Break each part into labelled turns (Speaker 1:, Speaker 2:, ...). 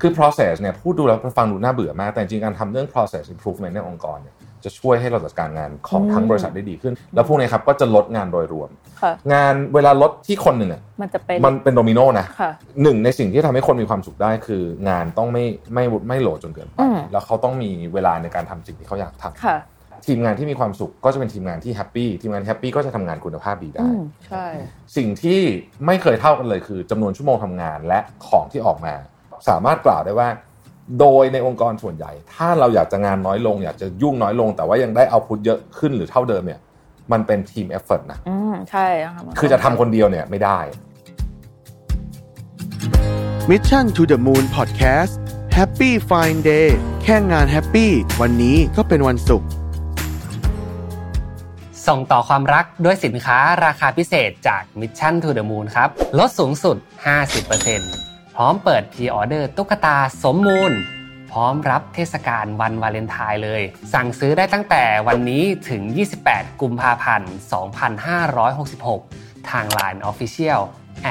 Speaker 1: คือ process เนี่ยพูดดูแล้วฟังดูน่าเบื่อมาก แต่จริงๆการทำเรื่อง process improvement ในองค์กรเนี่ยจะช่วยให้เราจัดการงานของทั้งบริษัทได้ดีขึ้น แล้วพวกนี้ครับก็จะลดงานโดยรวม
Speaker 2: ค่ะ
Speaker 1: งานเวลาลดที่คนหนึ่งอ่ะ
Speaker 2: มันจะเป็น
Speaker 1: มันเป็นโดมิโนนะ
Speaker 2: ค่ะ
Speaker 1: หนึ่งในสิ่งที่ทำให้คนมีความสุขได้คืองานต้องไม่ไม่ไม่โหลดจนเกินไป
Speaker 2: อืม
Speaker 1: แล้วเขาต้องมีเวลาในการทำสิ่งที่เขาอยากทำ
Speaker 2: ค่ะ
Speaker 1: ทีมงานที่มีความสุขก็จะเป็นทีมงานที่แฮปปี้ทีมงานแฮปปี้ก็จะทำงานคุณภาพดี
Speaker 2: อื
Speaker 1: ได้
Speaker 2: มใช่
Speaker 1: สิ่งที่ไม่เคยเท่ากันเลยคือจำนวนชั่วโมงทำงานและของที่ออกมา สามารถกล่าวได้ว่า โดยในองค์กรส่วนใหญ่ ถ้าเราอยากจะงานน้อยลง อยากจะยุ่งน้อยลง แต่ว่ายังได้เอาพุทเยอะขึ้นหรือเท่าเดิมเนี่ยมันเป็นทีมเอฟเฟกนะ
Speaker 2: อืมใช่นะคะมัน
Speaker 1: คือจะทำคนเดียวเนี่ยไม่ได้
Speaker 3: Mission to the Moon Podcast Happy Fine Day แค่งานแฮปปี้วันนี้ก็เป็นวันศุกร์
Speaker 4: ส่งต่อความรักด้วยสินค้าราคาพิเศษจาก Mission to the Moon ครับ ลดสูงสุด 50%พร้อมเปิดพรีออเดอร์ตุ๊กตาสมมูล พร้อมรับเทศกาลวันวาเลนไทน์เลย สั่งซื้อได้ตั้งแต่วันนี้ถึง 28 กุมภาพันธ์ 2566 ทาง Line Official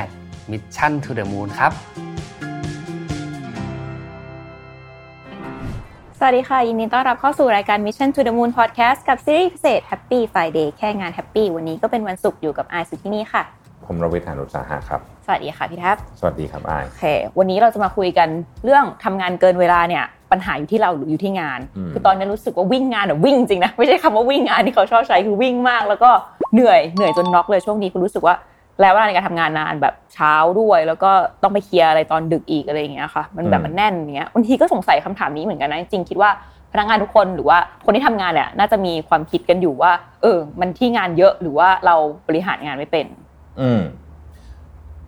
Speaker 4: at Mission to the Moon ครับ
Speaker 5: สวัสดีค่ะ ยินดีต้อนรับเข้าสู่รายการ Mission to the Moon Podcast กับซีรีส์พิเศษ Happy Friday แค่งาน Happy วันนี้ก็เป็นวันศุกร์อยู่กับไอซ์สุที่นี่ค่ะ
Speaker 1: ผมรวิทยานุตสาหะครับ
Speaker 5: สวัสดีค่ะพี่แท็บ
Speaker 1: สวัสดีครับอาย
Speaker 5: โอเค วันนี้เราจะมาคุยกันเรื่องทำงานเกินเวลาเนี่ย ปัญหาอยู่ที่เราหรืออยู่ที่งาน
Speaker 1: อืม
Speaker 5: คือตอนนี้รู้สึกว่าวิ่งงานอะวิ่งจริงนะ ไม่ใช่คำว่าวิ่งงานที่เขาชอบใช้คือวิ่งมาก แล้วก็เหนื่อยเหนื่อยจนน็อกเลยช่วงนี้คือรู้สึกว่าแล้วเวลาในการทำงานนานแบบเช้าด้วย แล้วก็ต้องไปเคลียร์อะไรตอนดึกอีกอะไรอย่างเงี้ยค่ะ มันแบบมันแน่นอย่างเงี้ยบางทีก็สงสัยคำถามนี้เหมือนกันนะจริงๆคิดว่าพนักงานทุกคนหรือว่าคนที่ทำงานเนี่ยน่าจะมีความคิดกันอยู่ว่า เออ มันที่งานเยอะหรือว่าเราบริหารงานไม่เป็น
Speaker 1: อืม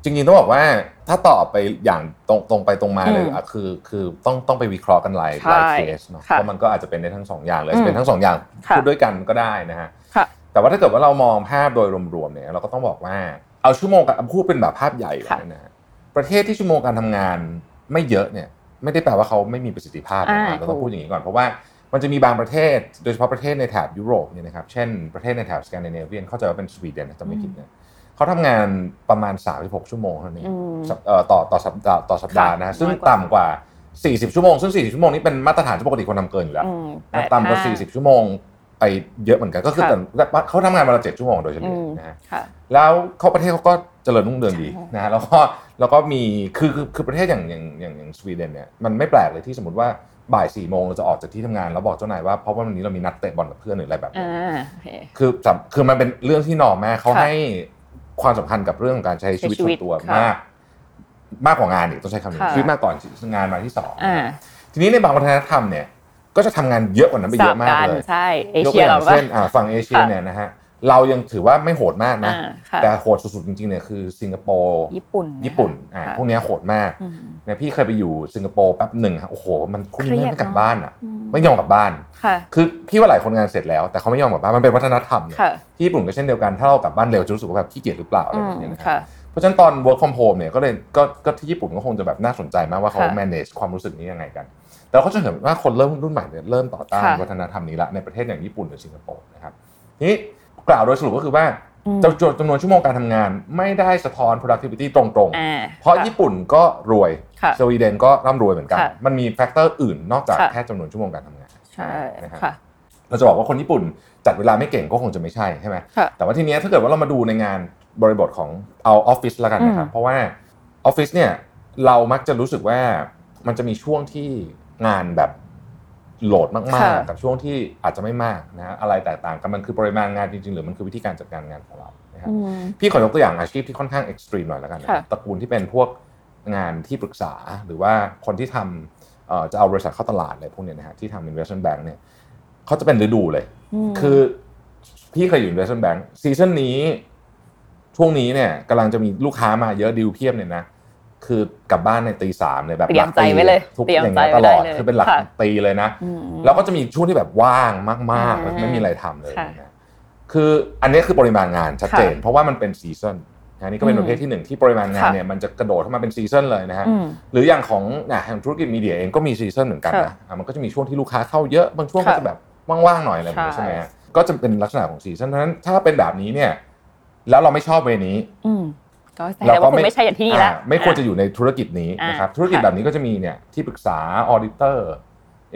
Speaker 1: จริงๆต้องบอกว่าถ้าตอบไปอย่างตรงตรงไปตรงมาเลย
Speaker 5: อืม
Speaker 1: อะคือ คือต้องต้องไปวิเคราะห์กันหลายหลาย
Speaker 5: ใช่
Speaker 1: เคสเนาะ
Speaker 5: ค่ะ
Speaker 1: เพราะมันก็อาจจะเป็นได้ทั้งสองอย่างเลย
Speaker 5: อืม
Speaker 1: จะเป็นทั้งสองอย่าง
Speaker 5: ค่ะ
Speaker 1: พูดด้วยกันก็ได้นะฮะ
Speaker 5: ค่ะ
Speaker 1: แต่ว่าถ้าเกิดว่าเรามองภาพโดยรวมๆเนี่ย เราก็ต้องบอกว่าเอาชั่วโมงการพูดเป็นแบบภาพใหญ่ก่อนนะฮะประเทศที่ชั่วโมงการทำงานไม่เยอะเนี่ย ไม่ได้แปลว่าเขาไม่มีประสิทธิภาพ
Speaker 5: อ่า
Speaker 1: นะครับเราต้อง
Speaker 5: ถูก
Speaker 1: พูดอย่างนี้ก่อนเพราะว่า มันจะมีบางประเทศ โดยเฉพาะประเทศในแถบยุโรปเนี่ยนะครับ เช่นประเทศในแถบสแกนดิเนเวียนเข้าใจว่าเป็นสวีเดนนะจำไม่ผิดนะเขาทำงานประมาณ 36 ชั่วโมงเท่านี้นเอง
Speaker 5: อืม
Speaker 1: สัปเอ่อต่อต่อสัปดาห์ต่อสัปดาห์
Speaker 5: ค่ะ
Speaker 1: นะฮะซึ่ง
Speaker 5: น้อยกว่า
Speaker 1: ต่ำกว่า 40 ชั่วโมง ซึ่ง 40 ชั่วโมงนี้เป็นมาตรฐานที่ปกติคนทำเกินอยู่แล้ว
Speaker 5: อืม
Speaker 1: นะต่ำกว่า
Speaker 5: แปดห้
Speaker 1: 40 ชั่วโมงไปเยอะเหมือนกันก็คือ
Speaker 5: ค่ะ
Speaker 1: แต่เขาทำงานวันละ7ชั่วโมงโดยเฉลี่ย
Speaker 5: อืม
Speaker 1: นะฮะ
Speaker 5: ค่ะ
Speaker 1: แล้วเขาประเทศเขาก็เจริญรุ่งเรืองดี
Speaker 5: ใช่
Speaker 1: นะฮะแล้วก็แล้วก็มีคือคือคือประเทศอย่างอย่างอย่างอย่างสวีเดนเนี่ยมันไม่แปลกเลยที่สมมติว่าบ่ายสี่โมงเราจะออกจากที่ทำงานแล้วบอกเจ้านายว่าเพราะว่าวันนี้เรามีนัดเตะบอลกับเพื่อนหรืออะไรแบบนี้
Speaker 5: าโอเค
Speaker 1: คือสำคือมันเป็นเรื่องที่นอมากเขา
Speaker 5: ค่ะ
Speaker 1: ให้ความสำคัญกับเรื่องของการใช้ชีวิต
Speaker 5: ใช้
Speaker 1: ส่
Speaker 5: ชีวิ
Speaker 1: ว
Speaker 5: ต
Speaker 1: นตัว
Speaker 5: ค่ะ
Speaker 1: มาก มากกว่างานอีกต้องใช้คำนี้
Speaker 5: ค่ะ
Speaker 1: ชีวิตมากก่อนงานมาที่สอง
Speaker 5: อ่า
Speaker 1: ทีนี้ในบางวัฒนธรรมเนี่ยก็จะทำงานเยอะกว่านั้นไปเยอะมากเลย
Speaker 5: ใช่เอย
Speaker 1: ก
Speaker 5: เชี
Speaker 1: ตัวย อ
Speaker 5: เรา
Speaker 1: ย่าง
Speaker 5: ว่า
Speaker 1: เช่นอ่าฝั่งเอเชีย
Speaker 5: ค่ะ
Speaker 1: เนี่ยนะฮะเรายังถือว่าไม่โหดมากนะ
Speaker 5: อ่าค่ะ
Speaker 1: แต่โหดสุดๆจริงๆเนี่ยคือสิงคโปร์
Speaker 5: ญี่ปุ่นนะคะ
Speaker 1: ญี่ปุ่นอ่า
Speaker 5: ค่ะ
Speaker 1: พวกเนี้ยโหดมาก
Speaker 5: อืม
Speaker 1: เนี่ยพี่เคยไปอยู่สิงคโปร์แป๊บหนึ่งอะโอ้โห มันคุณ
Speaker 5: เครียด
Speaker 1: ไม่ไม่กลับ
Speaker 5: เนอะ
Speaker 1: บ้านอ่ะ
Speaker 5: อืม
Speaker 1: ไม่ยอมกลับบ้าน
Speaker 5: ค่ะ
Speaker 1: คือพี่ว่าหลายคนงานเสร็จแล้ว แต่เขาไม่ยอมกลับบ้านมันเป็นวัฒนธรรมเนี่ย
Speaker 5: ค่ะ
Speaker 1: ที่ญี่ปุ่นก็เช่นเดียวกันถ้าเรากลับบ้านเร็วจะรู้สึกว่าแบบขี้เกียจหรือเปล่าอะไร
Speaker 5: อื
Speaker 1: แบบ
Speaker 5: ม
Speaker 1: เนี้ยนะ
Speaker 5: ค่ะ
Speaker 1: เพราะฉะนั้นตอน work from home เนี่ยก็เลยก็ก็ที่ญี่ปุ่นก็คงจะแบบน่าสนใจมากว่าเขา
Speaker 5: ค่ะ
Speaker 1: manage ความรู้สึกนี้ยังไงกัน แต่เราก็จะเห็นว่าคนเริ่มรุ่นใหม่เนี่ยเริ่มต่อต้าน
Speaker 5: ค่ะ
Speaker 1: วัฒนธรรมนี้ละในประเทศอย่างญี่ปุ่นหรือสิงคโปร์นะครับทีนี้กล่าวโดยสรุปก็คือว่า
Speaker 5: อืม
Speaker 1: จำนวนจำนวนชั่วโมงการทำงานไม่ได้สะท้อน productivity ตรง
Speaker 5: อ่า
Speaker 1: ๆ เพราะ
Speaker 5: ค่
Speaker 1: ญี่ปุ่นก็รวย
Speaker 5: ค่ะ
Speaker 1: สวีเดนก็ร่ำรวยเหมือนกัน
Speaker 5: ค่ะ
Speaker 1: มันมีแฟกเตอร์อื่นนอกจาก
Speaker 5: ค่ะ
Speaker 1: แค่จำนวนชั่วโมงการทำงาน
Speaker 5: ใช่
Speaker 1: นะฮะ
Speaker 5: ค่ะ
Speaker 1: เราจะบอกว่าคนญี่ปุ่นจัดเวลาไม่เก่งก็คงจะไม่ใช่ใช่ไหม
Speaker 5: ค่ะ
Speaker 1: แต่ว่าทีเนี้ยถ้าเกิดว่าเรามาดูในงานบริบทของเอาออฟฟิศละกันนะครับ
Speaker 5: อืม
Speaker 1: เพราะว่าออฟฟิศเนี่ยเรามักจะรู้สึกว่ามันจะมีช่วงที่งานแบบโหลดมากๆ กับช่วงที่อาจจะไม่มากนะฮะอะไรแตกต่างกันมันคือปริมาณงานจริงๆ หรือมันคือวิธีการจัดการงานของเรานะครับ
Speaker 5: อืม
Speaker 1: พี่ขอยกตัวอย่างอาชีพที่ค่อนข้างเอ็กซ์ตรีมหน่อยแล้วกันนะ
Speaker 5: ค่ะ
Speaker 1: ตระกูลที่เป็นพวกงานที่ปรึกษาหรือว่าคนที่ทำเอ่อจะเอาบริษัทเข้าตลาดอะไรพวกเนี้ยนะฮะที่ทำ investment bank เนี่ยเขาจะเป็นฤดูเลย
Speaker 5: ม
Speaker 1: คือพี่เคยอยู่ investment bank ซีซั่นนี้ช่วงนี้เนี่ยกำลังจะมีลูกค้ามาเยอะดีลเพียบเนี่ยนะคือกลับบ้านในตีสามเลยแบบ
Speaker 5: เตรียมใจไว้เลย
Speaker 1: ทุก
Speaker 5: เตรียม
Speaker 1: อย่าง
Speaker 5: ใจ
Speaker 1: เงี้ย
Speaker 5: ไว้
Speaker 1: ตลอด
Speaker 5: ได้เลย
Speaker 1: คือเป็นหลัก
Speaker 5: ค่ะ
Speaker 1: ตีเลยนะ
Speaker 5: อืม
Speaker 1: แล้วก็จะมีช่วงที่แบบว่างมากๆแบบไม่มีอะไรทำเลย
Speaker 5: ค่ะ
Speaker 1: นะคืออันนี้คือปริมาณงานชัดเจน เพราะว่ามันเป็นซีซันนะนี่ก็เป็นป
Speaker 5: อืม
Speaker 1: ระเภทที่หนึ่งที่ปริมาณงาน
Speaker 5: ค่ะ
Speaker 1: เนี่ยมันจะกระโดดเข้ามาเป็นซีซันเลยนะฮะ
Speaker 5: อืม
Speaker 1: หรืออย่างของนะอย่างธุรกิจมีเดียเองก็มีซีซันเหมือนกันนะ
Speaker 5: ค่ะ
Speaker 1: อ่ะมันก็จะมีช่วงที่ลูกค้าเข้าเยอะบางช่วงก็
Speaker 5: ค่ะ
Speaker 1: จะแบบว่างๆหน่อยอะไรแบบนี้
Speaker 5: ใช่
Speaker 1: ใช่ไหมฮะก็จะเป็นลักษณะของซีซันเพราะฉะนั้นถ้าเป็นแบบนี้เนี่ยแล้วเราไม่ชอบเวนี้
Speaker 5: อืม ก็แสดงว่าคุณไม่ใช่อย่างที่นี่
Speaker 1: อ่
Speaker 5: ละ
Speaker 1: ไม่ควรจะ
Speaker 5: อ่
Speaker 1: อยู่ในธุรกิจนี้
Speaker 5: อ่า
Speaker 1: นะครับธุรกิจแบบนี้ก็จะมีเนี่ยที่ปรึกษาออเดเตอร์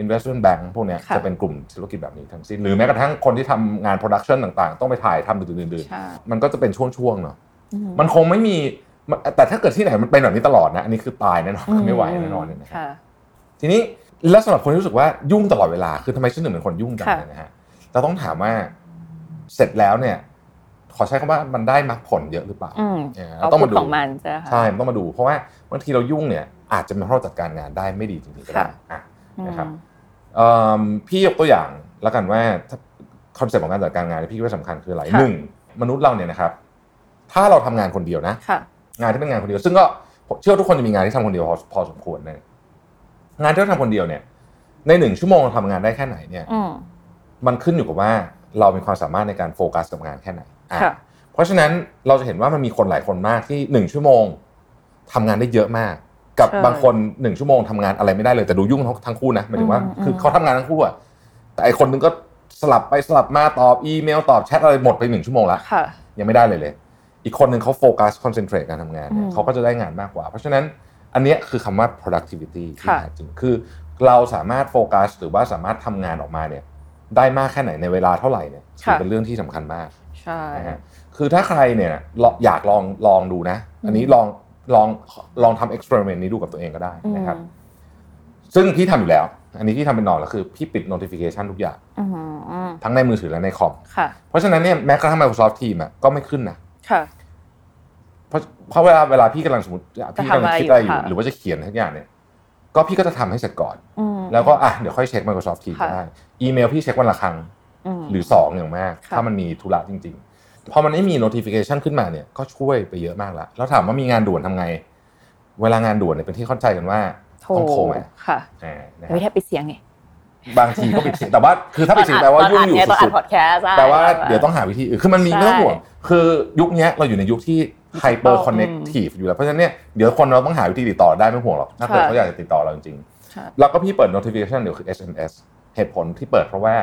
Speaker 1: investment bank พวกเนี้ย
Speaker 5: ค่ะ
Speaker 1: จะเป็นกลุ่มธุรกิจแบบนี้ทั้งสิ้น หรือแม้กระทั่งคนที่ทำงานโปรดักชันต่างๆ ต้องไปถ่ายทำดื่น
Speaker 5: ใช่
Speaker 1: ๆมันก็จะเป็นช่วงๆเนาะ
Speaker 5: อืม
Speaker 1: มันคงไม่มีมันแต่ถ้าเกิดที่ไหนมันเป็นแบบนี้ตลอดนะอันนี้คือตายแน่นอนไม่ไหวแน่นอนเลยนะครับ
Speaker 5: ค่ะ
Speaker 1: ทีนี้แล้วสำหรับคนที่รู้สึกว่ายุ่งตลอดเวลาคือทำไมฉันถึงเป็นคนยุ่งจัง
Speaker 5: ค่ะ
Speaker 1: เลยนะฮะเราต้องถามว่าเสร็จแล้วเนี่ย ขอใช้คำว่ามันได้มรรคผลเยอะหรือเปล่า
Speaker 5: อืม
Speaker 1: เนี่ย
Speaker 5: เอา
Speaker 1: ต้อง
Speaker 5: พู
Speaker 1: มา
Speaker 5: ด
Speaker 1: ดู
Speaker 5: ของมันใช่ไหมคะ
Speaker 1: ใช่มันต้องมาดู เพราะว่าบางทีเรายุ่งเนี่ยอาจจะเป็นเพราะเราจัดการงานได้ไม่ดีจริงๆก็ได้
Speaker 5: ค่ะ
Speaker 1: อ่ะ
Speaker 5: อืม
Speaker 1: นะครับ เอิ่มพี่ยกตัวอย่างแล้วกันว่าคอนเซ็ปต์ของการจัดการงานเนี่ยพี่คิดว่าสำคัญคืออะไร
Speaker 5: ค่ะ
Speaker 1: หนึ่งมนุษย์เราเนี่ยนะครับ ถ้าเราทำงานคนเดียวนะ
Speaker 5: ค่ะ
Speaker 1: งานที่เป็นงานคนเดียวซึ่งก็ผมเชื่อว่าทุกคนจะมีงานที่ทำคนเดียวพอพอสมควรนะงานที่เราทำคนเดียวเนี่ย ในหนึ่งชั่วโมงเราทำงานได้แค่ไหนเนี่ย
Speaker 5: อืม
Speaker 1: มันขึ้นอยู่กับว่าเรามีความสามารถในการโฟกัสกับงานแค่ไหนอ่ะ
Speaker 5: ค่ะ
Speaker 1: เพราะฉะนั้นเราจะเห็นว่ามันมีคนหลายคนมากที่หนึ่งชั่วโมงทำงานได้เยอะมาก กับ
Speaker 5: ใช่
Speaker 1: บางคนหนึ่งชั่วโมงทำงานอะไรไม่ได้เลยแต่ดูยุ่งทั้งคู่นะหมายถึงว่า
Speaker 5: อืม
Speaker 1: คือ
Speaker 5: ม
Speaker 1: เขาทำงานทั้งคู่อะแต่ไอคนนึงก็สลับไปสลับมาตอบอีเมลตอบแชทอะไรหมดไปหนึ่งชั่วโมงละ
Speaker 5: ค่ะ
Speaker 1: ยังไม่ได้เลยเลย อีกคนหนึ่งเขาโฟกัสคอนเซนเทรตการทำงานเนี่ย
Speaker 5: อืม
Speaker 1: เขาก็จะได้งานมากกว่า เพราะฉะนั้นอันเนี้ยคือคำว่า productivity ที่
Speaker 5: ค่ะ
Speaker 1: แท้จริงคือเราสามารถโฟกัสหรือว่าสามารถทำงานออกมาเนี่ยได้มากแค่ไหนในเวลาเท่าไหร่เนี่ยถือเป็นเรื่องที่สำคัญมาก
Speaker 5: ใช่
Speaker 1: นะฮะคือถ้าใครเนี่ยลองอยากลองลองดูนะ อันนี้ลองลองลองทำเอ็กซ์เพร์เมนต์นี้ดูกับตัวเองก็ได้นะครับซึ่งพี่ทำอยู่แล้ว อันนี้ที่ทำเป็นนอนแล้วคือพี่ปิด notification ทุกอย่าง
Speaker 5: อืมอืมอืม
Speaker 1: ทั้งในมือถือและในคอม
Speaker 5: ค่ะ
Speaker 1: เพราะฉะนั้นเนี่ยแม้กระทั่ง Microsoft Teams อะก็ไม่ขึ้นนะ
Speaker 5: ค่ะ
Speaker 1: เพราะเพราะเวลาเวลาพี่กำลังสมมติอ่ะพี่กำลังคิดอะไรอยู่
Speaker 5: จะทำอะไรอยู่ค่ะ
Speaker 1: หรือว่าจะเขียนทุกอย่างเนี่ยก็พี่ก็จะทำให้เสร็จก่อน
Speaker 5: อืม
Speaker 1: แล้วก็อ่ะเดี๋ยวค่อยเช็ค Microsoft Teams ก็
Speaker 5: ค่ะ
Speaker 1: ได้อีเมลพี่เช็ควันละครั้ง
Speaker 5: ม
Speaker 1: หรือ 2 อย่างมาก
Speaker 5: ค่ะ
Speaker 1: ถ้ามันมีธุระจริงๆ พอมันไม่มี notification ขึ้นมาเนี่ยก็ช่วยไปเยอะมากละแล้วถามว่ามีงานด่วนทำไง เวลางานด่วนเนี่ยเป็นที่เข้าใจกันว่า
Speaker 5: โท
Speaker 1: ต้องโทรไหม
Speaker 5: ค่ะ
Speaker 1: อ่านะครั
Speaker 5: ไม่
Speaker 1: บ
Speaker 5: ได้ปิดเสียงไง
Speaker 1: บางทีก็ปิดเสียงแต่ว่าคือถ้าปิดเสียงแปลว่ายุ่งอยู่
Speaker 5: ตอนอั
Speaker 1: สุ
Speaker 5: ด
Speaker 1: ด
Speaker 5: พอดแคสต์
Speaker 1: ๆแปลว่าเดี๋ยวต้องหาวิธีอื่นคือมันมี
Speaker 5: ใช่
Speaker 1: ไม่ต้องห่วงคือยุคเนี้ยเราอยู่ในยุคที่ hyper connective อยู่แล้วเพราะฉะนั้นเนี่ยเดี๋ยวคนเราต้องหาวิธีติดต่อได้ไม่ห่วงหรอก ถ้าเกิด
Speaker 5: ค่ะ
Speaker 1: เขาอยากจะติดต่อเราจริง
Speaker 5: ค่ะ
Speaker 1: ๆแล้วก็พี่เปิด notification เดี๋ยวคือ SMS เหตุผลที่เปิดเพราะว่า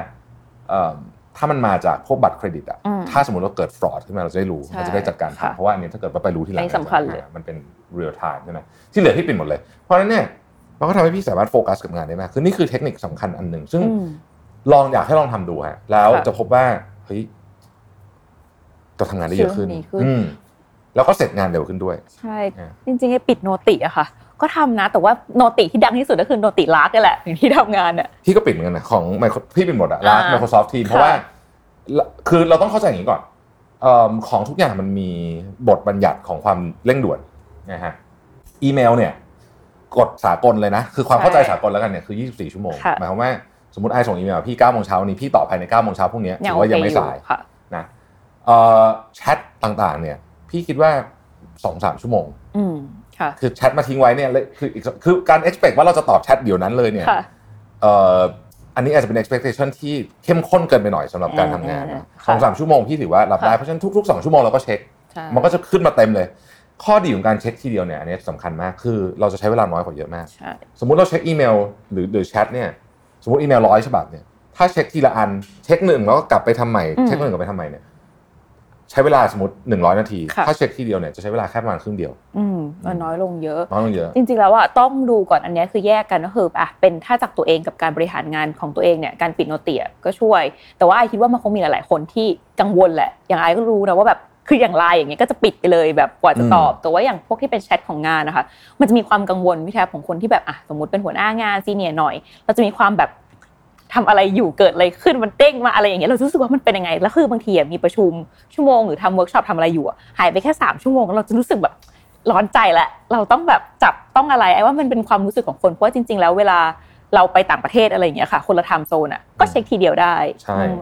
Speaker 1: เอิ่มถ้ามันมาจากพวกบัตรเครดิตอะ
Speaker 5: อืม
Speaker 1: ถ้าสมมติว่าเกิด fraud ขึ้นมาเราจะได้รู้
Speaker 5: ใช่
Speaker 1: เราจะได้จัดการทัน
Speaker 5: ค่ะ
Speaker 1: เพราะว่าอันนี้ถ้าเกิดว่าไปรู้ที่หลัง
Speaker 5: อันนี้สำคัญเลย
Speaker 1: มันเป็น real time ใช่ไหมที่เหลือพี่ปิดหมดเลย เพราะฉะนั้นเนี่ยมันก็ทำให้พี่สามารถโฟกัสกับงานได้มากคือนี่คือเทคนิคสำคัญอันหนึ่งซึ่ง
Speaker 5: อืม
Speaker 1: ลองอยากให้ลองทำดูฮะแล้ว
Speaker 5: ค่ะ
Speaker 1: จะพบว่าเฮ้ยเราทำงานได้เยอะขึ้น
Speaker 5: เชื่อมดีขึ้น
Speaker 1: อืมแล้วก็เสร็จงานเร็วขึ้นด้วย
Speaker 5: ใช่
Speaker 1: อ่า
Speaker 5: จริงๆไอ้ปิดโนติอะค่ะ ก็ทำนะ แต่ว่าโนติที่ดังที่สุดก็คือโนติลาร์กนี่แหละที่ทำงานอะ
Speaker 1: พี่ก็ปิดเหมือนกันนะของ Micro- พี่ปิดหมดอะร้าน
Speaker 5: อ่า
Speaker 1: Microsoft Team เพราะว่าละคือเราต้องเข้าใจอย่างนี้ก่อนเอิ่มของทุกอย่างมันมีบทบัญญัติของความเร่งด่วนนะฮะอีเมลเนี่ยกฎสากลเลยนะ คือความเข้าใจ
Speaker 5: ใช่
Speaker 1: สากลแล้วกันเนี่ยคือ 24 ชั่วโมง
Speaker 5: ค่ะ
Speaker 1: หมายความว่าสมมติไอ้ส่งอีเมลมาพี่9โมงเช้าวันนี้พี่ตอบภายใน9โมงเช้าพรุ่งนี้ถือว่ายังไม่
Speaker 5: โอเค
Speaker 1: สาย
Speaker 5: ค่ะ
Speaker 1: นะเอ่อแชทต่างๆ เนี่ย พี่คิดว่าสองสามชั่วโมง
Speaker 5: อืมค่ะ
Speaker 1: คือแชทมาทิ้งไว้เนี่ยเลยคืออีกคือการ expect ว่าเราจะตอบแชทเดี๋ยวนั้นเลยเนี่ย
Speaker 5: ค่ะ
Speaker 1: เอ่ออันนี้อาจจะเป็น expectation ที่เข้มข้นเกินไปหน่อยสำหรับการทำงานนะ
Speaker 5: เออ
Speaker 1: ส
Speaker 5: ค่ะ
Speaker 1: องสามชั่วโมงพี่ถือว่ารับได้
Speaker 5: ค่ะ
Speaker 1: เพราะฉะนั้นทุกๆสองชั่วโมงเราก็เช็ค
Speaker 5: ใช่
Speaker 1: มันก็จะขึ้นมาเต็มเลย ข้อดีของการเช็คทีเดียวเนี่ยอันนี้สำคัญมากคือเราจะใช้เวลาน้อยกว่าเยอะมาก
Speaker 5: ใช่
Speaker 1: สมมุติเราเช็คอีเมลหรือหรือแชทเนี่ยสมมติอีเมลร้อยฉบับเนี่ยถ้าเช็คทีละอันเช็คหนึ่งแล้วก็กลับไปทำใหม่
Speaker 5: อืม
Speaker 1: เช็คหนึ่งกลับไปทำใหม่เนี่ยใช้เวลาสมมติหนึ่งร้อยนาที
Speaker 5: ค่ะ
Speaker 1: ถ้าเช็คทีเดียวเนี่ยจะใช้เวลาแค่ประมาณครึ่งเดียว
Speaker 5: อืมมันน้อยลงเยอะ
Speaker 1: น้อยลงเยอะ
Speaker 5: จริงๆแล้วอะต้องดูก่อนอันเนี้ยคือแยกกันก็คืออ่ะเป็นถ้าจากตัวเองกับการบริหารงานของตัวเองเนี่ยการปิดโนเตียก็ช่วย แต่ว่าไอคิดว่ามันคงมีหลายๆคนที่กังวลแหละ อย่างไอก็รู้นะว่าแบบคืออย่างไลน์อย่างเงี้ยก็จะปิดไปเลยแบบกว่าจะตอบ
Speaker 1: อืม
Speaker 5: แต่ว่าอย่างพวกที่เป็นแชทของงานนะคะ มันจะมีความกังวลวิชาของคนที่แบบอ่ะสมมติเป็นหัวหน้างานซีเนียหน่อย เราจะมีความแบบทำอะไรอยู่เกิดอะไรขึ้นมันเด้งมาอะไรอย่างเงี้ยเรารู้สึกว่ามันเป็นยังไงแล้วคือบางทีอะมีประชุมชั่วโมงหรือทำเวิร์กช็อปทำอะไรอยู่อะหายไปแค่สามชั่วโมงแล้วเราจะรู้สึกแบบร้อนใจและเราต้องแบบจับต้องอะไรไอ้ว่ามันเป็นความรู้สึกของคนเพราะว่าจริง ๆ แล้วเวลาเราไปต่างประเทศอะไรอย่างเงี้ยค่ะ คนละไทม์โซนอ่ะก็เช็คทีเดียวได้
Speaker 1: ใช่
Speaker 5: อืม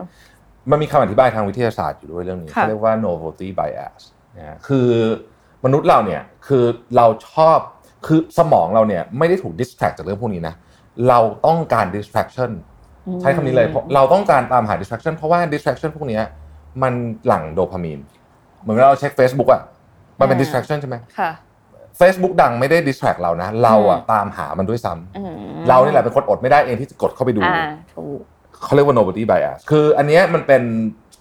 Speaker 1: มันมีคำอธิบายทางวิทยาศาสตร์อยู่ด้วยเรื่องนี้
Speaker 5: ค่ะ
Speaker 1: เขาเรียกว่า novelty bias นะฮะคือมนุษย์เราเนี่ยคือเราชอบคือสมองเราเนี่ยไม่ได้ถูก distract จากเรื่องพวกนี้นะเราต้องการ distraction
Speaker 5: อืม
Speaker 1: ใช้คำนี้เลยเพราะเราต้องการตามหา distraction เพราะว่า distraction พวกเนี้ยมันหลั่งโดพามีน เหมือนเวลาเราเช็ค Facebook อ่ะมันเป็น
Speaker 5: อ่า
Speaker 1: distraction ใช่ไหม
Speaker 5: ค่ะ
Speaker 1: Facebook ดังไม่ได้ distract เรานะ เราอ่ะ
Speaker 5: อืม
Speaker 1: ตามหามันด้วยซ้ำ
Speaker 5: อืม
Speaker 1: เรานี่แหละเป็นคนอดไม่ได้เองที่จะกดเข้าไปดู
Speaker 5: อ่าถูก
Speaker 1: เขาเรียกว่า nobody bias คืออันเนี้ยมันเป็น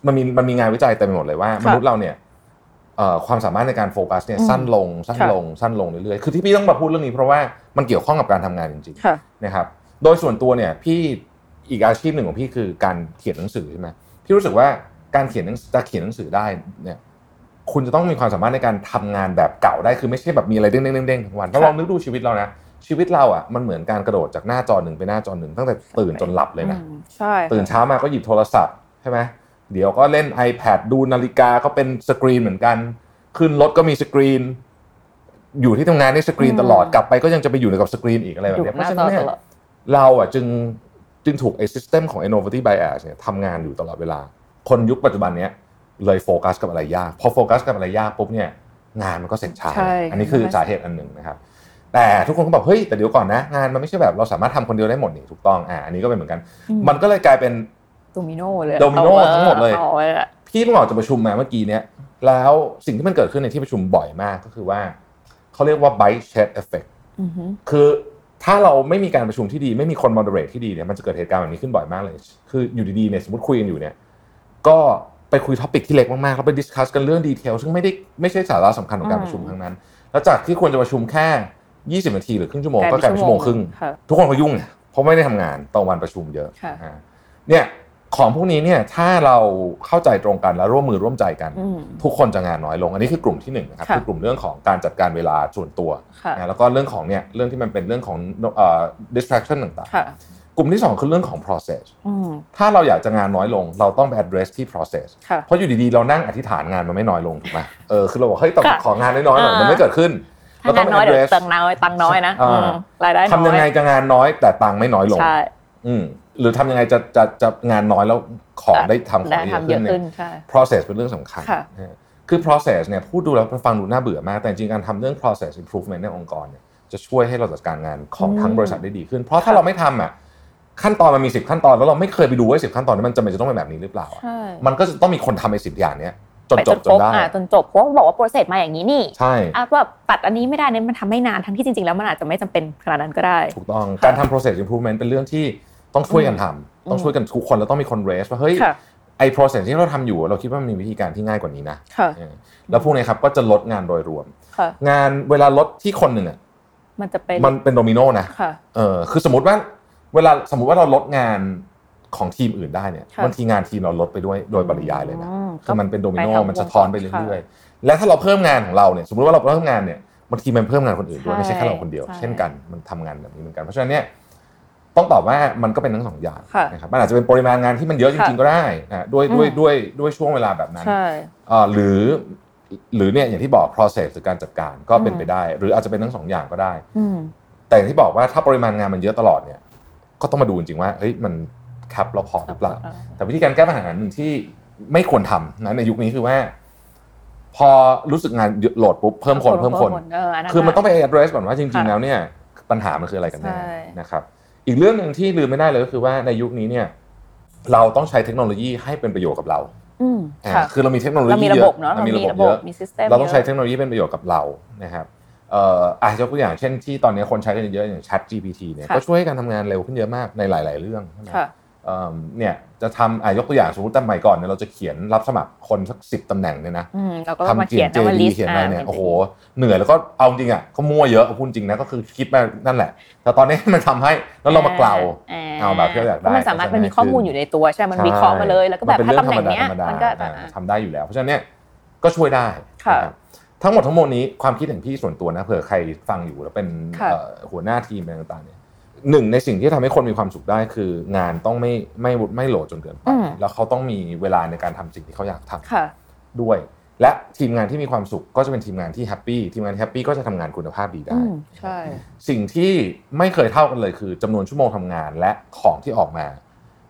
Speaker 1: มันมีมันมีงานวิจัยเต็มไปหมดเลยว่า
Speaker 5: ค่ะ
Speaker 1: มนุษย์เราเนี่ย เอ่อความสามารถในการโฟกัสเนี่ยสั้นลงสั้นลงสั้นลงเรื่อยๆ คือที่พี่ต้องมาพูดเรื่องนี้เพราะว่ามันเกี่ยวข้องกับการทำงานจริง
Speaker 5: ค่ะ
Speaker 1: ๆนะครับ โดยส่วนตัวเนี่ยพี่อีกอาชีพหนึ่งของพี่คือการเขียนหนังสือใช่ไหมพี่รู้สึกว่าการเขียนหนังจะเขียนหนังสือได้เนี่ยคุณจะต้องมีความสามารถในการทำงานแบบเก่าได้คือไม่ใช่แบบมีอะไรเด้งๆๆๆทั้งวันถ้า
Speaker 5: ค่ะ
Speaker 1: ลองนึกดูชีวิตเรานะชีวิตเราอ่ะมันเหมือนการกระโดดจากหน้าจอหนึ่งไปหน้าจอหนึ่งตั้งแต่ตื่นจนหลับเลยนะ
Speaker 5: อืมใช่
Speaker 1: ตื่นเช้ามาก็หยิบโทรศัพท์ใช่ไหมเดี๋ยวก็เล่น iPad ดูนาฬิกาก็เป็นสกรีนเหมือนกัน ขึ้นรถก็มีสกรีน อยู่ที่ทำงานนี่สกรีนตลอดกลับไปก็ยังจะไปอยู่กับสกรีนอีกอะไรแบบ
Speaker 5: ดู
Speaker 1: เนี้ยเพ
Speaker 5: ห
Speaker 1: ราะ
Speaker 5: น้า
Speaker 1: ฉะ
Speaker 5: จ
Speaker 1: นั้
Speaker 5: อน
Speaker 1: เนี่ย
Speaker 5: ตลอด
Speaker 1: เราอ่ะจึงจึงถูกไอ้ system ของ innovative bias เนี่ยทำงานอยู่ตลอดเวลา คนยุคปัจจุบันเนี้ยเลยโฟกัสกับอะไรยาก พอโฟกัสกับอะไรยากปุ๊บเนี่ยงานมันก็เสร็จช้า
Speaker 5: ใช่
Speaker 1: อันนี้คือสาเหตุอันหนึ่งนะครับ แต่ทุกคนก็บอกเฮ้ยแต่เดี๋ยวก่อนนะงานมันไม่ใช่แบบเราสามารถทำคนเดียวได้หมดนี่ถูกต้องอ่าอันนี้ก็เป็นเหมือนกัน
Speaker 5: อื
Speaker 1: มันก็เลยกลายเป็น
Speaker 5: โดมิโนเลย
Speaker 1: โดมิโน่
Speaker 5: อา
Speaker 1: ทั้งหมดเลย
Speaker 5: อาไว้อะ
Speaker 1: พี่เพิ่งออกจากประชุมมาเมื่อกี้เนี่ยแล้วสิ่งที่มันเกิดขึ้นในที่ประชุมบ่อยมากก็คือว่าเขาเรียกว่า bite shed effect
Speaker 5: อือฮึ
Speaker 1: คือถ้าเราไม่มีการประชุมที่ดีไม่มีคน moderate ที่ดีเนี่ยมันจะเกิดเหตุการณ์แบบนี้ขึ้นบ่อยมากเลย คืออยู่ดีๆเนี่ยสมมติคุยกันอยู่เนี่ยก็ไปคุยท็อปิกที่เล็กมากๆแล้วไปดิสคัสกันเรื่องดีเทลซึ่งไม่ได้ไม่ใช่สาระสำคัญของการประชุมครั้งนั้น แล้วจากที่ควรจะประชุมแค่ 20 นาทีหรือครึ่งชั่วโมงก็กลายเป็นชั่วโมงครึ่ง
Speaker 5: ค่ะ
Speaker 1: ทุกคนก็ยุ่งเนี่ยเพราะไม่ได้ทำงานตอนวันประชุมเยอะ
Speaker 5: ค่ะ
Speaker 1: อ่าเนี่ยของพวกนี้เนี่ยถ้าเราเข้าใจตรงกันและร่วมมือร่วมใจกัน
Speaker 5: อืม
Speaker 1: ทุกคนจะงานน้อยลง อันนี้คือกลุ่มที่หนึ่งนะครับ
Speaker 5: ค่ะ
Speaker 1: คือกลุ่มเรื่องของการจัดการเวลาส่วนตัว
Speaker 5: ค่ะ
Speaker 1: นะแล้วก็เรื่องของเนี่ยเรื่องที่มันเป็นเรื่องของเอ่อ distraction ต่าง
Speaker 5: ค่ะ
Speaker 1: ๆ กลุ่มที่สองคือเรื่องของ process
Speaker 5: อืม
Speaker 1: ถ้าเราอยากจะงานน้อยลง เราต้องไป address ที่ process
Speaker 5: ค่ะ
Speaker 1: เพราะอยู่ดีๆเรานั่งอธิษฐานงานมันไม่น้อยลงถูกไหมเออคือเราบอกเฮ้ยแต่
Speaker 5: ค่ะ
Speaker 1: ของานน้อยๆหน่อยมันไม่เกิดขึ้น
Speaker 5: ถ้างาน
Speaker 1: ไป
Speaker 5: น้อยเดี๋ยว
Speaker 1: address
Speaker 5: ตังค์น้อยตังค์น้อยนะ
Speaker 1: อ่า
Speaker 5: อืมรายได้น้อย
Speaker 1: ทำยังไงจะงานน้อยแต่ตังค์ไม่น้อยลง
Speaker 5: ใช่
Speaker 1: อืมหรือทำยังไงจะจะจะงานน้อยแล้วของได้ทำของ
Speaker 5: ได้
Speaker 1: ได้เยอะ
Speaker 5: ทำเย
Speaker 1: ขึ้
Speaker 5: อะ
Speaker 1: นเนี่
Speaker 5: ขึ้น
Speaker 1: ย
Speaker 5: ใช่
Speaker 1: process เป็นเรื่องสำคัญ
Speaker 5: ค่ะ
Speaker 1: นะฮะคือ process เนี่ยพูดดูแล้วฟังดูน่าเบื่อมาก แต่จริงๆการทำเรื่อง process improvement ในองค์กรเนี่ยจะช่วยให้เราจัดการงานของทั้งบริษัทได้ดีขึ้น เพราะถ้าเราไม่ทำอ่ะขั้นตอนมันมี 10 ขั้นตอนแล้วเราไม่เคยไปดูว่า10 ขั้นตอนนั้นมันจำเป็นจะต้องเป็นแบบนี้หรือเปล่าอะ
Speaker 5: ใช่
Speaker 1: มันก็จะต้องมีคนทำไอ้สิบอย่างเนี้ยจน
Speaker 5: ไป
Speaker 1: จบจ
Speaker 5: คร
Speaker 1: นได้
Speaker 5: อ่าจนจบเพราะว่าบอกว่าโปรเซสมาอย่างนี้นี่
Speaker 1: ใช่
Speaker 5: อ่ะแบบตัดอันนี้ไม่ได้เนี่ยมันทำไม่นานทั้งที่จริงๆแล้วมันอาจจะไม่จำเป็นขนาดนั้นก็ได้
Speaker 1: ถูกต้องการทำ process improvement เป็นเรื่องที่ต้องช่วยกันทำต้องช่วยกันทุกคนแล้วต้องมีคน raise ว่าเฮ้ย
Speaker 5: ค่ะ
Speaker 1: ไอ้ process ที่เราทำอยู่ เราคิดว่ามันมีวิธีการที่ง่ายกว่านี้นะ
Speaker 5: ค่ะ
Speaker 1: เออแล้วพวกเนี้ยครับก็จะลดงานโดยรวม
Speaker 5: ค่ะ
Speaker 1: งานเวลาลดที่คนหนึ่งอ่ะ
Speaker 5: มันจะเป็น
Speaker 1: มันเป็นโดมิโนนะ
Speaker 5: ค่ะ
Speaker 1: เออคือสมมติว่าเวลาสมมติว่าเราลดงานของทีมอื่นได้เนี่ย
Speaker 5: ค่ะ
Speaker 1: บางทีงานทีมเราลดไปด้วยโดยปริยายเลยนะ
Speaker 5: อืม
Speaker 1: คือมันเป็นโดมิโน
Speaker 5: ไปทาง
Speaker 1: มันสะท้อนไปเรื่อยๆ และถ้าเราเพิ่มงานของเราเนี่ยสมมติว่าเราเพิ่มงานเนี่ยบางทีมันเพิ่มงานคนอื่นด้วย
Speaker 5: ใช่
Speaker 1: ไม่ใช่แค่เราคนเดียว
Speaker 5: ใช่
Speaker 1: เช่นกันมันทำงานแบบนี้เหมือนกัน เพราะฉะนั้นเนี่ยต้องตอบว่ามันก็เป็นทั้งสองอย่าง
Speaker 5: ค่ะ
Speaker 1: นะครับมันอาจจะเป็นปริมาณงานที่มันเยอะจริงๆก็ได้นะด้วยด้วย
Speaker 5: อืม
Speaker 1: ด้วยด้วยช่วงเวลาแบบนั้น
Speaker 5: ใช่
Speaker 1: เอ่อหรือหรือเนี่ยอย่างที่บอก process หรือการจัดการก็เป็นไปได้ หรืออาจจะเป็นทั้งสองอย่างก็ได้
Speaker 5: อืม
Speaker 1: แต่อย่างที่บอกว่าถ้าปริมาณงานมันเยอะตลอดเนี่ยก็ต้องมาดูจริงๆว่าเฮ้ยมันแคปเราพอหรือเปล่า
Speaker 5: ครับ
Speaker 1: แต่วิธีการแก้ปัญหาหนึ่งที่ไม่ควรทำนะในยุคนี้คือว่า พอรู้สึกงานเยอะโหลดปุ๊บเพิ่มคนเพิ่มคน
Speaker 5: เอออันนั้น
Speaker 1: คือมันต้องไป address ก่อนว่าจริง
Speaker 5: ค่ะ
Speaker 1: ๆแล้วเนี่ยปัญหามันคืออะไรกันแน่
Speaker 5: ใช่
Speaker 1: นะครับ อีกเรื่องหนึ่งที่ลืมไม่ได้เลยก็คือว่าในยุคนี้เนี่ยเราต้องใช้เทคโนโลยีให้เป็นประโยชน์กับเรา
Speaker 5: อืม
Speaker 1: อ่า
Speaker 5: ค่ะ
Speaker 1: คือเรามีเทคโนโลยี
Speaker 5: เรามีระบบเนาะ
Speaker 1: เรา
Speaker 5: เรา
Speaker 1: มี
Speaker 5: มี
Speaker 1: ระบบเย
Speaker 5: ระบบ
Speaker 1: อะ
Speaker 5: มีซิสเต็ม
Speaker 1: เราต้องใช้เทคโนโลยีเป็นประโยชน์กับเรานะครับเอ่ออาจจะยกตัวอย่างเช่นที่ตอนนี้คนใช้กันเยอะอย่าง Chat GPT เนี่ยก็ช่วยให้การทำงานเร็วขึ้นเยอะมากในหลาย ๆ เรื่องใช่ไหม
Speaker 5: ค่ะ
Speaker 1: เอิ่มเนี่ยจะทำอ่ะยกตัวอย่างสมมติสมัยก่อนเนี่ยเราจะเขียนรับสมัครคนสักสิบตำแหน่งเนี่ยนะ
Speaker 5: อืมเราก็มา
Speaker 1: ทำเจ
Speaker 5: เขียน
Speaker 1: เจ
Speaker 5: เอามา
Speaker 1: ดี
Speaker 5: ลิสต์
Speaker 1: เขียนอะไรเนี่ย
Speaker 5: า
Speaker 1: โอ้โหเหนื่อยแล้วก็เอาจริงอ่ะก็มั่วเยอะเอาพูดจริงนะก็คือคิดมานั่นแหละ แต่ตอนนี้ มันทำให้แล้วเรามาเกลา เอาแบบที่เราอยากได้
Speaker 5: พะมันสามารถมันมีข้อมูลอยู่ในตัวใช่ไหมมัน
Speaker 1: ใช่
Speaker 5: วิเคราะห์มาเลยแล้วก็แบบ
Speaker 1: มัน
Speaker 5: ถ้า
Speaker 1: เป็น
Speaker 5: ตำแห
Speaker 1: เรื่
Speaker 5: น่งเนี้
Speaker 1: อย ธรรมดา
Speaker 5: มันก็
Speaker 1: ธรรมดา
Speaker 5: อ่า
Speaker 1: ทำได้อยู่แล้ว เพราะฉะนั้นเนี่ยก็ช่วยได้
Speaker 5: ค่ะ
Speaker 1: นะครับทั้งหมดทั้งมวลนี้ความคิดเห็นพี่ส่วนตัวนะเผื่อใครฟังอยู่แล้วเป็น
Speaker 5: ค่ะ
Speaker 1: เอ่อหัวหน้าทีมอะไรต่างๆเนี่ยหนึ่งในสิ่งที่ทำให้คนมีความสุขได้คืองานต้องไม่ไม่ไม่โหลดจนเกินไป
Speaker 5: อืม
Speaker 1: แล้วเขาต้องมีเวลาในการทำสิ่งที่เขาอยากทำ
Speaker 5: ค่ะ
Speaker 1: ด้วย และทีมงานที่มีความสุขก็จะเป็นทีมงานที่แฮปปี้ทีมงานที่แฮปปี้ก็จะทำงานคุณภาพดีได้
Speaker 5: อืมใช่
Speaker 1: สิ่งที่ไม่เคยเท่ากันเลยคือจำนวนชั่วโมงทำงานและของที่ออกมา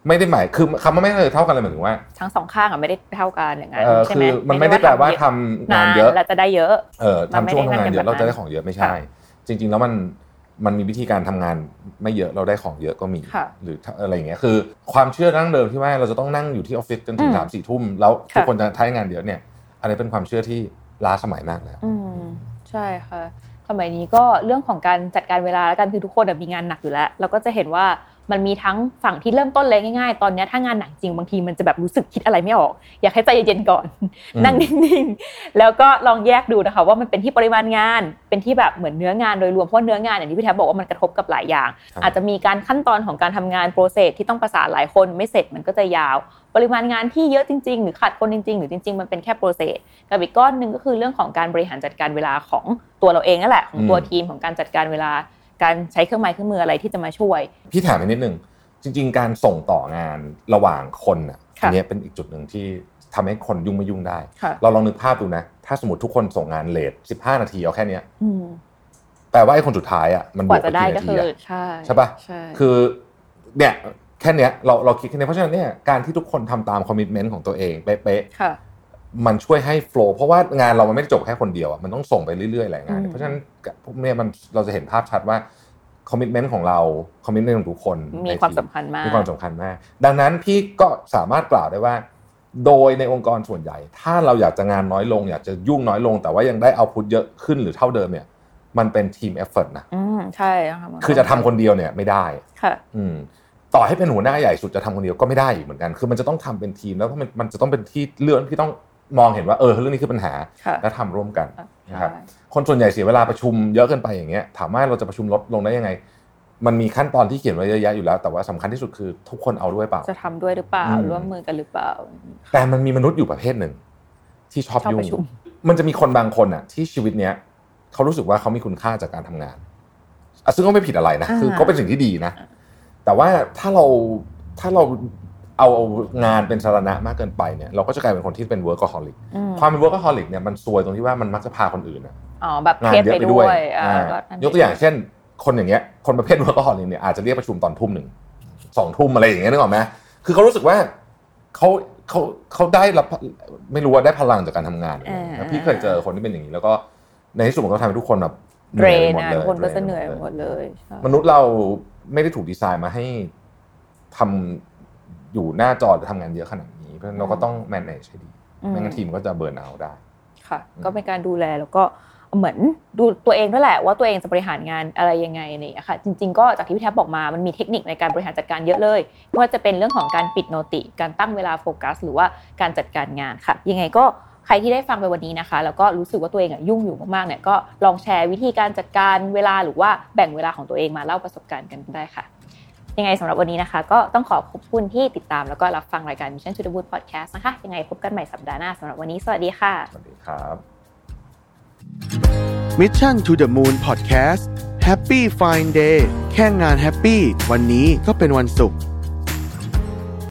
Speaker 1: ไม่ได้หมายคือคำว่าไม่เคยเท่ากันเลยหมายถึงว่า
Speaker 5: ทั้งสองข้างอ่ะไม่ได้เท่ากันอย่างนั้น
Speaker 1: เอ่อ
Speaker 5: ใช่
Speaker 1: คื
Speaker 5: ไหม
Speaker 1: อมันไม่ได้แปลว่าทำงานเยอะ
Speaker 5: เราจะได้เยอะ
Speaker 1: เออ
Speaker 5: มัน
Speaker 1: ทำ
Speaker 5: ไม่
Speaker 1: ช่วงทำงานเยอะ
Speaker 5: ได้
Speaker 1: เรา
Speaker 5: เงินแบบนั้น
Speaker 1: จะได้ของเยอะไม่ใช่ จริง ๆ แล้วมันมันมีวิธีการทำงานไม่เยอะเราได้ของเยอะก็มี
Speaker 5: ค่ะ
Speaker 1: หรืออะไรอย่างเงี้ยคือ ความเชื่อดั้งเดิมที่ว่าเราจะต้องนั่งอยู่ที่ออฟฟิศจนถึง
Speaker 5: อืม
Speaker 1: สามสี่ทุ่มแล้วทุก
Speaker 5: ค่ะ
Speaker 1: คนจะใช้งานเยอะเนี่ยอันนี้เป็นความเชื่อที่ล้าสมัยมากแล้ว
Speaker 5: อืมใช่ค่ะสมัยนี้ก็เรื่องของการจัดการเวลาแล้วกันคือทุกคนอะมีงานหนักอยู่แล้วเราก็จะเห็นว่า มันมีทั้งฝั่งที่เริ่มต้นเลยง่ายๆ ตอนเนี้ยถ้างานหนักจริงบางทีมันจะแบบรู้สึกคิดอะไรไม่ออก อยากให้ใจเย็นๆก่อน
Speaker 1: อืม
Speaker 5: นั่งนิ่งๆ แล้วก็ลองแยกดูนะคะว่ามันเป็นที่ปริมาณงาน เป็นที่แบบเหมือนเนื้องานโดยรวม เพราะเนื้องานอย่างที่พี่แทบบอกว่ามันกระทบกับหลายอย่าง
Speaker 1: ครับ
Speaker 5: อาจจะมีการขั้นตอนของการทำงานโปรเซสที่ต้องประสานหลายคนไม่เสร็จมันก็จะยาว ปริมาณงานที่เยอะจริงๆ หรือขาดคนจริงๆ หรือจริงๆ มันเป็นแค่โปรเซสกับอีกก้อนหนึ่งก็คือเรื่องของการบริหารจัดการเวลาของตัวเราเองนั่นแหละของตัว
Speaker 1: อืม
Speaker 5: ทีมของการจัดการเวลา การใช้เครื่องไม้เครื่องมืออะไรที่จะมาช่วย
Speaker 1: พี่ถามอีกนิดนึงจริง ๆ การส่งต่องานระหว่างคนอ่ะ
Speaker 5: ค่ะ
Speaker 1: อันเนี้ยเป็นอีกจุดหนึ่งที่ทำให้คนยุ่งไม่ยุ่งได้
Speaker 5: ค่ะ
Speaker 1: เราลองนึกภาพดูนะ ถ้าสมมติทุกคนส่งงานเลท15 นาทีเอาแค่เนี้ย
Speaker 5: อืม
Speaker 1: แปลว่าไอ้คนสุดท้ายอ่ะมันบ
Speaker 5: ก
Speaker 1: ว
Speaker 5: ว่าก
Speaker 1: ไป
Speaker 5: จะได้
Speaker 1: กี่
Speaker 5: ก็
Speaker 1: นาที
Speaker 5: คือ
Speaker 1: อะ
Speaker 5: ใช่
Speaker 1: ใช่ปะ
Speaker 5: ใช่
Speaker 1: คือเนี่ยแค่เนี้ยเราเราคิดแค่เนี้ยเพราะฉะนั้นเนี่ยการที่ทุกคนทำตามคอมมิชเมนต์ของตัวเองเป๊ะ
Speaker 5: ค่ะ
Speaker 1: ๆมันช่วยให้โฟล์เพราะว่างานเรามันไม่ได้จบแค่คนเดียวอะมันต้องส่งไปเรื่อยๆหลายงาน
Speaker 5: อืม
Speaker 1: เพราะฉะนั้นพวกเนี่ยมันเราจะเห็นภาพชัดว่าคอมมิชเมนต์ของเราคอมมิชเมนต์ของทุกคน
Speaker 5: มี
Speaker 1: ใน
Speaker 5: ความ
Speaker 1: ที
Speaker 5: สำคัญมาก
Speaker 1: มีความสำคัญมาก ดังนั้นพี่ก็สามารถกล่าวได้ว่า โดยในองค์กรส่วนใหญ่ ถ้าเราอยากจะงานน้อยลง อยากจะยุ่งน้อยลง แต่ว่ายังได้เอาพุทเยอะขึ้นหรือเท่าเดิมเนี่ย มันเป็นทีมเอฟเฟ t นะ
Speaker 5: อืมใช่ค่ะมันก็
Speaker 1: คือจะทำคนเดียวเนี่ยไม่ได้
Speaker 5: ค่ะ
Speaker 1: อืมต่อให้เป็นหัวหน้าใหญ่สุดจะทำคนเดียวก็ไม่ได้อีกเหมือนกัน คือมันจะต้องทำเป็นทีมแล้วก็มันมันจะต้องเป็นที่เรื่องที่ต้องมองเห็นว่าเออเรื่องนี้คือปัญหา
Speaker 5: ค่ะ
Speaker 1: และทำร่วมกัน นะครับ
Speaker 5: ใช่
Speaker 1: คนส่วนใหญ่เสียเวลาประชุมเยอะเกินไปอย่างเงี้ยถามว่าเราจะประชุมลดลงได้ยังไง มันมีขั้นตอนที่เขียนไว้เยอะแยะอยู่แล้ว แต่ว่าสำคัญที่สุดคือทุกคนเอาด้วยเปล่า
Speaker 5: จะทำด้วยหรือเปล่า
Speaker 1: อืม
Speaker 5: ร่วมมือกันหรือเปล่า
Speaker 1: แต่มันมีมนุษย์อยู่ประเภทหนึ่ง ที่ชอบ
Speaker 5: ชอบ
Speaker 1: ยุ่
Speaker 5: ป
Speaker 1: ง
Speaker 5: ระชุม
Speaker 1: มันจะมีคนบางคนอ่ะ ที่ชีวิตเนี้ยเขารู้สึกว่าเขามีคุณค่าจากการทำงานอ่ะซึ่งก็ไม่ผิดอะไรนะ
Speaker 5: อ่า
Speaker 1: คือก็เป็นสิ่งที่ดีนะ แต่ว่าถ้าเราถ้าเราเอางานเป็นสาระมากเกินไปเนี่ยเราก็จะกลายเป็นคนที่เป็น workaholic
Speaker 5: อืม
Speaker 1: ความเป็น workaholic เนี่ยมันซวยตรงที่ว่ามันมักจะพาคนอื่นอะ
Speaker 5: อ๋อแบบ
Speaker 1: งา
Speaker 5: เท
Speaker 1: น
Speaker 5: ส
Speaker 1: เยอะ
Speaker 5: ไป
Speaker 1: ไป
Speaker 5: ด้
Speaker 1: ด้
Speaker 5: ว
Speaker 1: วย ย
Speaker 5: อ่า
Speaker 1: อ่า
Speaker 5: ก็นั่น
Speaker 1: ยกตัวอย่างเช่น คนอย่างเงี้ย คนประเภทวัก็หอลิงเนี่ยอาจจะเรียกประชุมตอนทุ่มหนึ่งสองทุ่มอะไรอย่างเงี้ยนึกออกไหมคือเขารู้สึกว่าเขาเขาเขาได้รับไม่รู้ว่าได้พลังจากการทำงานนะพี่เคยเจอคนที่เป็นอย่างนี้ แล้วก็ในที่สุดมันก็ทำให้ทุกคนแบบห
Speaker 5: เดร
Speaker 1: อย
Speaker 5: น
Speaker 1: ไปมด
Speaker 5: อ่ะ
Speaker 1: ล
Speaker 5: ทุกคนก็
Speaker 1: ดร
Speaker 5: จะเหนื่อย
Speaker 1: ไป
Speaker 5: หมดเลยใช่
Speaker 1: มนุษย์เราไม่ได้ถูกดีไซน์มาให้ทำอยู่หน้าจอหรือทำงานเยอะขนาดนี้เพราะฉะนั้นเราก็ต้อง manage ให้ดี
Speaker 5: อืม
Speaker 1: ไม่งั้นทีมก็จะเบิร์นเอาได้
Speaker 5: ค่ะ
Speaker 1: อืม
Speaker 5: ก็เป็นการดูแลแล้วก็เหมือนดูตัวเองด้วยแหละว่าตัวเองจะบริหารงานอะไรยังไงเนี่ยค่ะจริง ๆ ก็จากที่พี่แทบบอกมามันมีเทคนิคในการบริหารจัดการเยอะเลยไม่ว่าจะเป็นเรื่องของการปิดโนติการตั้งเวลาโฟกัส หรือว่าการจัดการงานค่ะ ยังไงก็ใครที่ได้ฟังไปวันนี้นะคะ แล้วก็รู้สึกว่าตัวเองอะยุ่งอยู่มากๆเนี่ยก็ลองแชร์วิธีการจัดการเวลาหรือว่าแบ่งเวลาของตัวเองมาเล่าประสบการณ์กันได้ค่ะ ยังไงสำหรับวันนี้นะคะ ก็ต้องขอขอบคุณที่ติดตามแล้วก็รับฟังรายการ Mission to the Moon Podcast นะคะยังไงพบกันใหม่สัปดาห์หน้าสำหรับวันนี้สวัสดีค่ะ
Speaker 1: สวัสดีครับ
Speaker 3: Mission to the Moon Podcast Happy Fine Day แค่งานแฮปปี้วันนี้ก็เป็นวันศุกร์